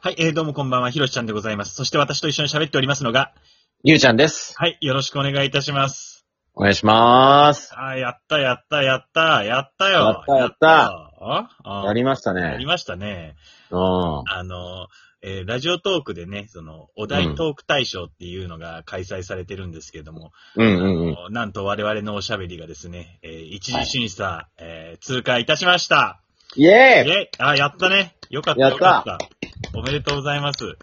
はい、えー、どうもこんばんは、ひろしちゃんでございます。そして私と一緒に喋っておりますのが、ゆうちゃんです。はい、よろしくお願いいたします。お願いします。あーやった、やった、やった、やったよ。やったやったあやありましたーやりね。ましたね。うん。あの、えーラジオトークでね、その、お題トーク大賞っていうのが開催されてるんですけども、うんうんうん。あのなんと我々のおしゃべりがですね、えー一次審査、えー通過いたしました。イえエーイえ、あー、やったね。よかった、やったよかった。おめでとうございます。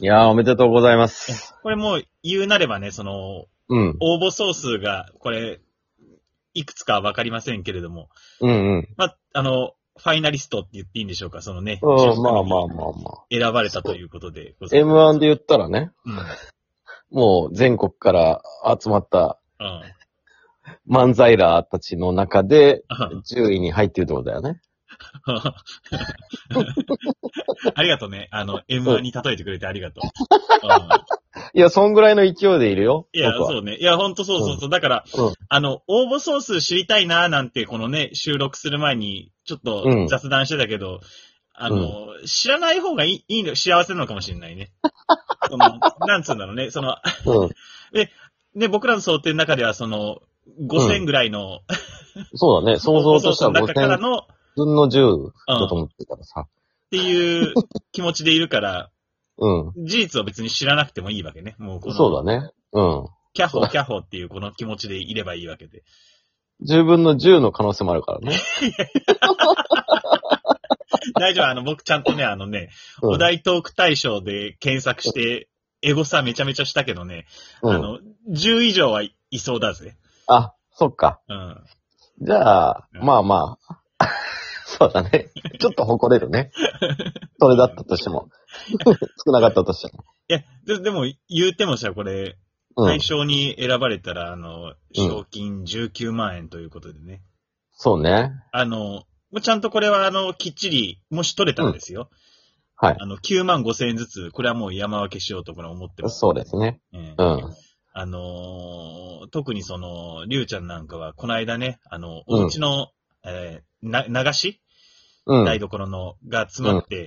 いやー、おめでとうございます。これもう言うなればね、その、うん。応募総数が、これ、いくつかはわかりませんけれども、うんうん。まあ、あの、ファイナリストって言っていいんでしょうか、そのね、うん、まあまあまあまあ。選ばれたということでございます。 M1 で言ったらね、もう全国から集まったうん。うん漫才ラーたちの中で、うん 10位に入ってるってことだよね。ありがとうね。あの、M1 に例えてくれてありがとう。うんいや、そんぐらいの勢いでいるよ。いや、僕はそうね。いや、ほんとそうそうそう。だから、うんあの、応募総数知りたいなーなんて、このね、収録する前に、ちょっうとん雑談してたけど、あの、知らない方がいい、いいの、幸せなのかもしれないね。 その、なんつうんだろうね。その、うん。ね、僕らの想定の中では、その、5000ぐらいの、そうだね。想像としては放送の中から5000の、っ分の10だと思ってたからさ。ていう気持ちでいるから、うん。事実を別に知らなくてもいいわけね。もうこの、そうだね。うん。キャホーキャホーっていうこの気持ちでいればいいわけで。 10分の10の可能性もあるから ね。大丈夫、あの、僕ちゃんとね、あのね、うんお題トーク大賞で検索して、エゴさめちゃめちゃしたけどね、うあん。の、10以上はいいそうだぜ。あ、そっか。うん。じゃあ、うんまあまあ。 そうだね。ちょっと誇れる ね。それだったとしても。 少なかったとしても。いや、ででも、言うてもさ、これ、う対ん。象に選ばれたら、あの、賞金19万円ということでね。そうね。あの、もうちゃんとこれは、あの、きっちり、もし取れたんですよ。はい。あの、9万5千円ずつ、これはもう山分けしようとこれは思ってます。そうですね。ええうん。あのー特にその、りゅうちゃんなんかは、この間ね、あの、うんお家の、えーな、流しうん。台所の、が詰まって、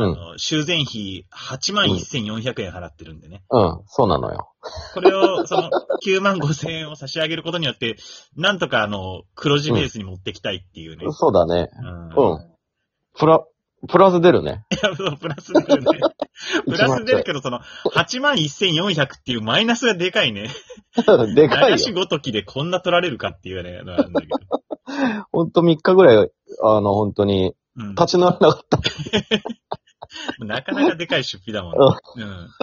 あんの、修繕費8万1400円払ってるんでね。うん。そうなのよ。これを、その、9万5000円を差し上げることによって、なんとかあの、黒字ベースに持ってきたいっていうね。そうだね。うん。うんプラ、プラス出るね。 いや、そう、プラス出るね。プラス出る1けど、その、8万1400っていうマイナスがでかいね。万でか流いしよ。ごときでこんな取られるかっていうね、のなんだけど。ほんと3日ぐらい、あの、本当に、うん。立ち直らなかった。なかなかでかい出費だもんね。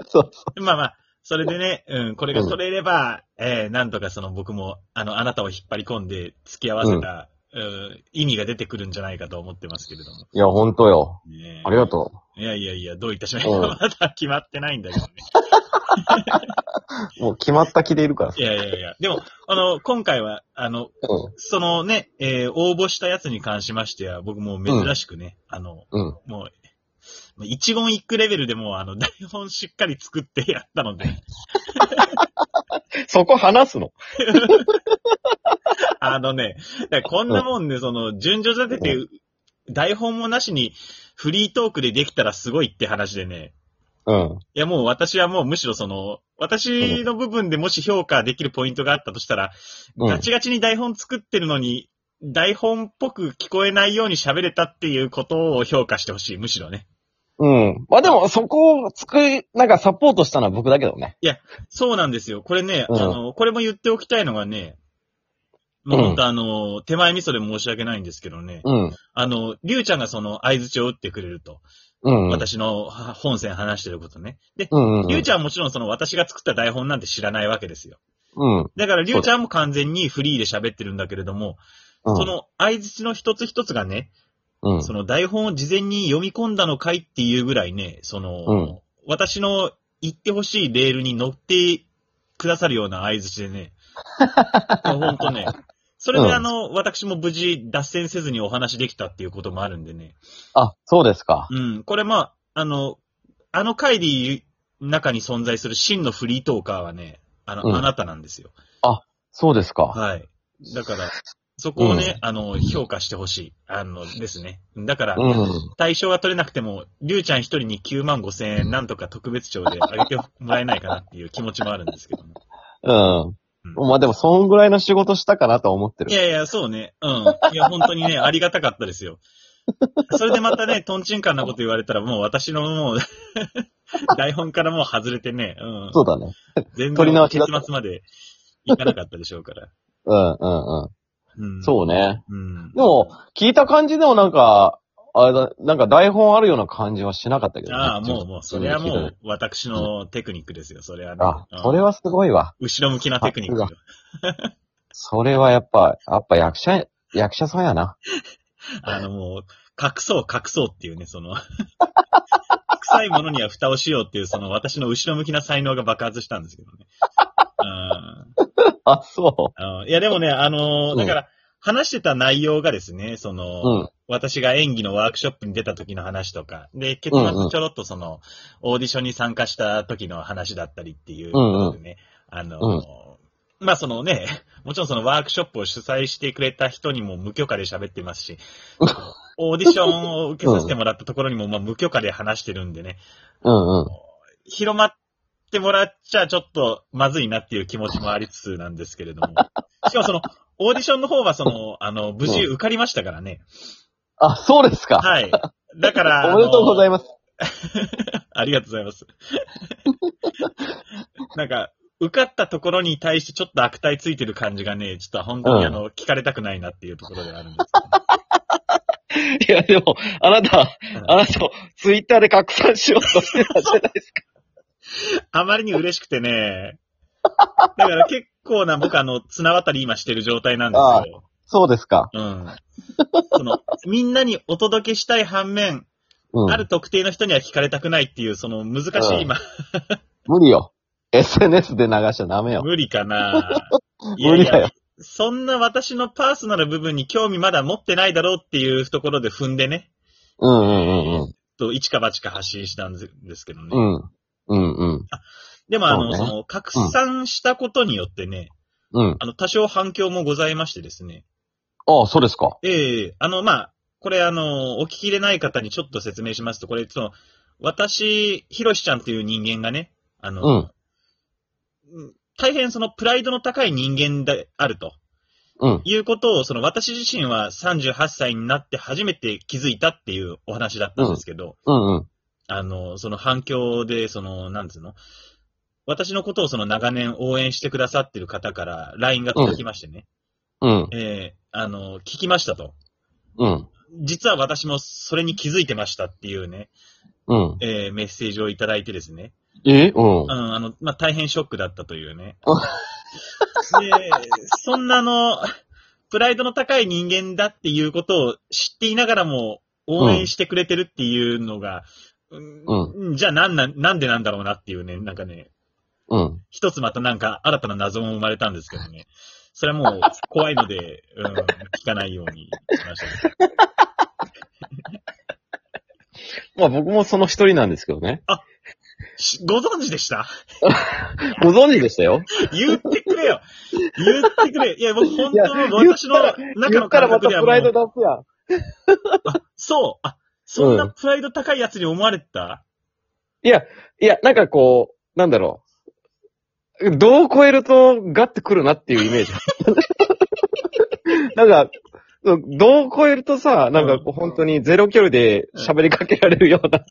そうそうん。まあまあ、それでね、うん、これが取れれば、えー、なんとかその僕も、あの、あなたを引っ張り込んで付き合わせた、うん、意味が出てくるんじゃないかと思ってますけれども。う。いや、ほんとよ。ねありがといやいやいや、どういたしましうん まだ決まってないんだけどね。う。もう決まった気でいるからさい。やいやいや。でも、あの、今回は、あの、そのね、えー応募したやつに関しましては、僕もう珍しくね、あの、うん。うん。もう、もう一言一句レベルでもう、あの、台本しっかり作ってやったので、そこ話すのあのね、だからこんなもんね、その、順序立てて、台本もなしに、フリートークでできたらすごいって話でね、うん。いやもう私はもうむしろその、私の部分でもし評価できるポイントがあったとしたら、うんガチガチに台本作ってるのに、台本っぽく聞こえないように喋れたっていうことを評価してほしい、むしろね。うん。まあでも、そこを作り、なんかサポートしたのは僕だけどね。そうなんですよ。これね、うんあの、これも言っておきたいのがね、もううん本当あの、手前味噌で申し訳ないんですけどね、うん。あの、りゅうちゃんがその、合図を打ってくれると、うん。私のは本線話してることね。で、うん。りゅうちゃゃんはもちろんその、私が作った台本なんて知らないわけですよ。ん。うん。だから、りゅうちゃんも完全にフリーで喋ってるんだけれども、その相槌の一つ一つがね、うん、その台本を事前に読み込んだのかいっていうぐらいね、その、うん私の言ってほしいレールに乗ってくださるような相槌で ね、本当ね、それうでんあの、私も無事脱線せずにお話できたっていうこともあるんでね、あ、そうですか。うん、これまあ、あの、あの回で言う中に存在する真のフリートーカーはね、あの、うんあなたなんですよ。そうですか。はい。だから、そこをね、あの、評価してほしい。あの、ですね。だから、うん。対象が取れなくても、りゅうちゃん一人に9万5千円、なんとか特別賞であげてもらえないかなっていう気持ちもあるんですけどね。うん。うんまあでも、そんぐらいの仕事したかなとは思っている。やいや、そうね。うん。いや、本当にね、ありがたかったですよ。それでまたね、トンチンカンなこと言われたら、もう私のもう、 台本からもう外れてね、うん。そうだね。全取り然直しだ結った末までいかなかったでしょう から。うんうんうん。うん。そうね。う。うん。でも、聞いた感じでもなんか、あれだ、なんか台本あるような感じはしなかったけど、ああ、もうもう、それはも自分で聞いうた私のテクニックですよ、それはね。あう、んそれはすごいわ。後ろ向きなテクニックよ。それはやっぱ、やっぱ役者、役者さんやな。あのもう、隠そう隠そうっていうね、その、 臭いものには蓋をしようっていう、その私の後ろ向きな才能が爆発したんですけどね。うんあ、そあのいや、でもね、あのー、うんだから、話してた内容がですね、その、う。うん。私が演技のワークショップに出た時の話とか、で、結うんう末んちょろっとその、オーディションに参加した時の話だったりっていううんうんことでね、あの、まあそのね、もちろんそのワークショップを主催してくれた人にも無許可で喋って ますし、オーディションを受けさせてもらったところにも、まあ無許可で話してるんでね、うんうん。広まってもらっちゃちょっとまずいなっていう気持ちもありつつなんですけれ ども、しかもその、オーディションの方はその、あの、無事受かりましたからね。あ、そうですか。はい。だから、 おめでとうございいます。ます。 ありがとうございます。なんか、受かったところに対してちょっと悪態ついてる感じがね、ちょっと本当にあの、聞かれたくないなっていうところではあるんですいや、でも、あなた、けど、あなた、ツイッターで拡散しようとしてたじゃないですか。あまりに嬉しくてね、だから結構な僕あの、綱渡り今してる状態なんですよ。 そうですか。うん。その、みんなにお届けしたい反面、うん。ある特定の人には聞かれたくないっていう、その難しい今、無理よ。SNS で流しちゃダメよ。無理かないや 無い理だやよ。、そんな私のパーソナル部分に興味まだ持ってないだろうっていうところで踏んでね、うんうんと、一か八か発信したんですけどね。うんうん。うんうんでも、あの、そそうねの、拡散したことによってね、うん。うん。あの、多少反響もございましてですね。ああ、そうですか。ええあの、まあ、これ、あの、お聞きでない方にちょっと説明しますと、これ、その、私、ひろしちゃんっていう人間がね、あの、うんうん大変その、プライドの高い人間であると。うん。いうことを、その私自身は38歳になって初めて気づいたっていうお話だったんですけど、うんうん。あの、その反響で、その、なんつうの私のことをその長年応援してくださってる方から LINE が届きましてね、うん。えーあの、聞きましたと。うん。実は私もそれに気づいてましたっていうね、うん。えーメッセージをいただいてですね。えうんう。ん、あの、まあ、大変ショックだったというね。で、そんなあの、プライドの高い人間だっていうことを知っていながらも応援してくれてるっていうのが、うんじゃあなんなん、なんでなんだろうなっていうね、なんかね、うん。一つまたなんか新たな謎も生まれたんですけどね。それはもう怖いので、うん、聞かないようにしました。まあ僕もその一人なんですけどね。しご存知でしたご存知でしたよ。言ってくれよ言ってくれいや、僕本当のいや言っ私のたら中の感覚ではもう出すやん。そう。あ、そんなうんプライド高いやつに思われてた、いや、なんかこう、なんだろう。どう超えるとガッてくるなっていうイメー ジ。なんか、どう超えるとさ、なんかこう本当にゼロ距離で喋りかけられるよ うな、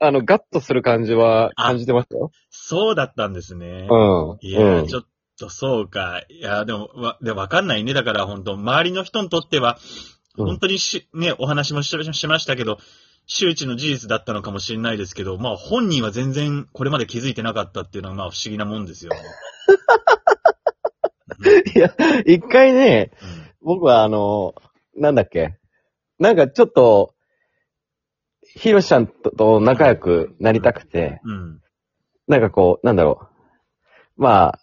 あの、ガッとする感じは感じてましたよ。そうだったんですね。うん。いや、うんちょっとそうか。いや、でも、わ、でもわかんないね。だから本当周りの人にとっては、うん本当にし、ね、お話もししましたけど、周知の事実だったのかもしれないですけど、まあ本人は全然これまで気づいてなかったっていうのはまあ不思議なもんですよ。いや、一回ね、うん僕はあの、なんだっけ。なんかちょっと、ヒロシさんとと仲良くなりたくて、うん。なんかこう、なんだろう。ま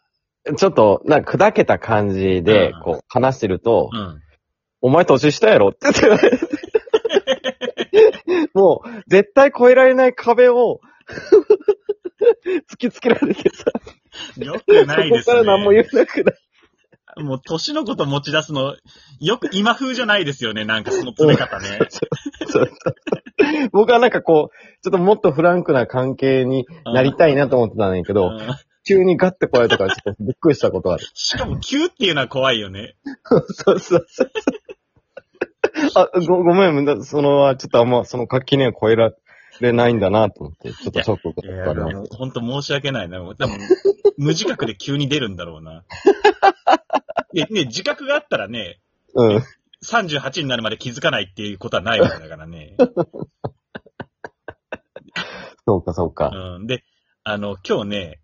あ、ちょっと、なんか砕けた感じでうん、こう、話してると、 うん。お前年下やろって言って、 もう、絶対越えられない壁を、 突きつけられてさ、よくないでそこすかね。ら何も言えなくなる。もう年のこと持ち出すの、よく今風じゃないですよね、なんかその詰め方ね。そう僕はなんかこう、ちょっともっとフランクな関係になりたいなと思ってたんだけど、うん急にガッて来られたからちょっとびっくりしたことがある。しかも急っていうのは怖いよね。そうそうそう。あ、ご、ごめんだ、その、ちょっとあんま、その垣根を超えられないんだなと思って、ちょっとショックいだや、ったな。もう本当申し訳ないな。もう多分、無自覚で急に出るんだろうな。で、ね、自覚があったらね、うん。 38になるまで気づかないっていうことはないわけだからね。そうか、そうか。うん、で、あの、今日ね、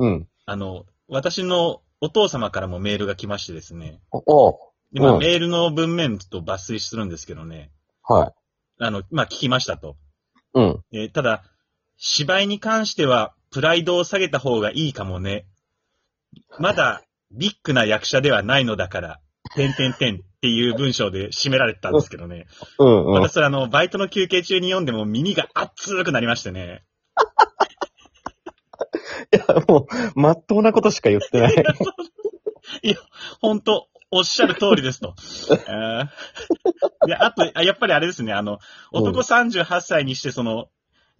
うん。あの、私のお父様からもメールが来ましてですね。おおでまあうんメールの文面と抜粋するんですけどね。はい。あの、まあ、聞きましたと。うん。えーただ、芝居に関しては、プライドを下げた方がいいかもね。まだ、ビッグな役者ではないのだから、てんてんてんっていう文章で締められてたんですけどね。うん、 うん。私、それあの、バイトの休憩中に読んでも耳が熱くなりましてね。もう、まっとうなことしか言ってない。 ほんと、おっしゃる通りですと。 あーで、あと、あやっぱりあれですね、あの、男38歳にして、その、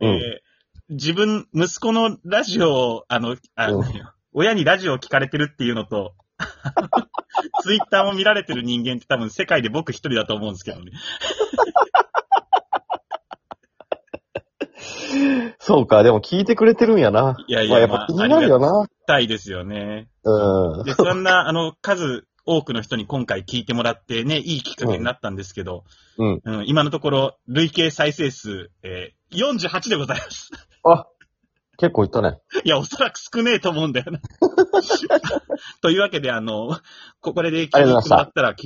えーう自分、息子のラジオを、あの、あうん親にラジオを聞かれてるっていうのと、 ツイッターも見られてる人間って多分世界で僕一人だと思うんですけどね。そうか、でも聞いてくれてるんやな。いやいまあ、や、やっまあぱ、気になるよな。たいですよね。うん。で、そんな、あの、数多くの人に今回聞いてもらってね、いいきっかけになったんですけど、うん。うん、今のところ、累計再生数、えー48でございます。あ、結構いったね。いや、おそらく少ね えと思うんだよな。というわけで、あの、ここれで聞いてもらったら、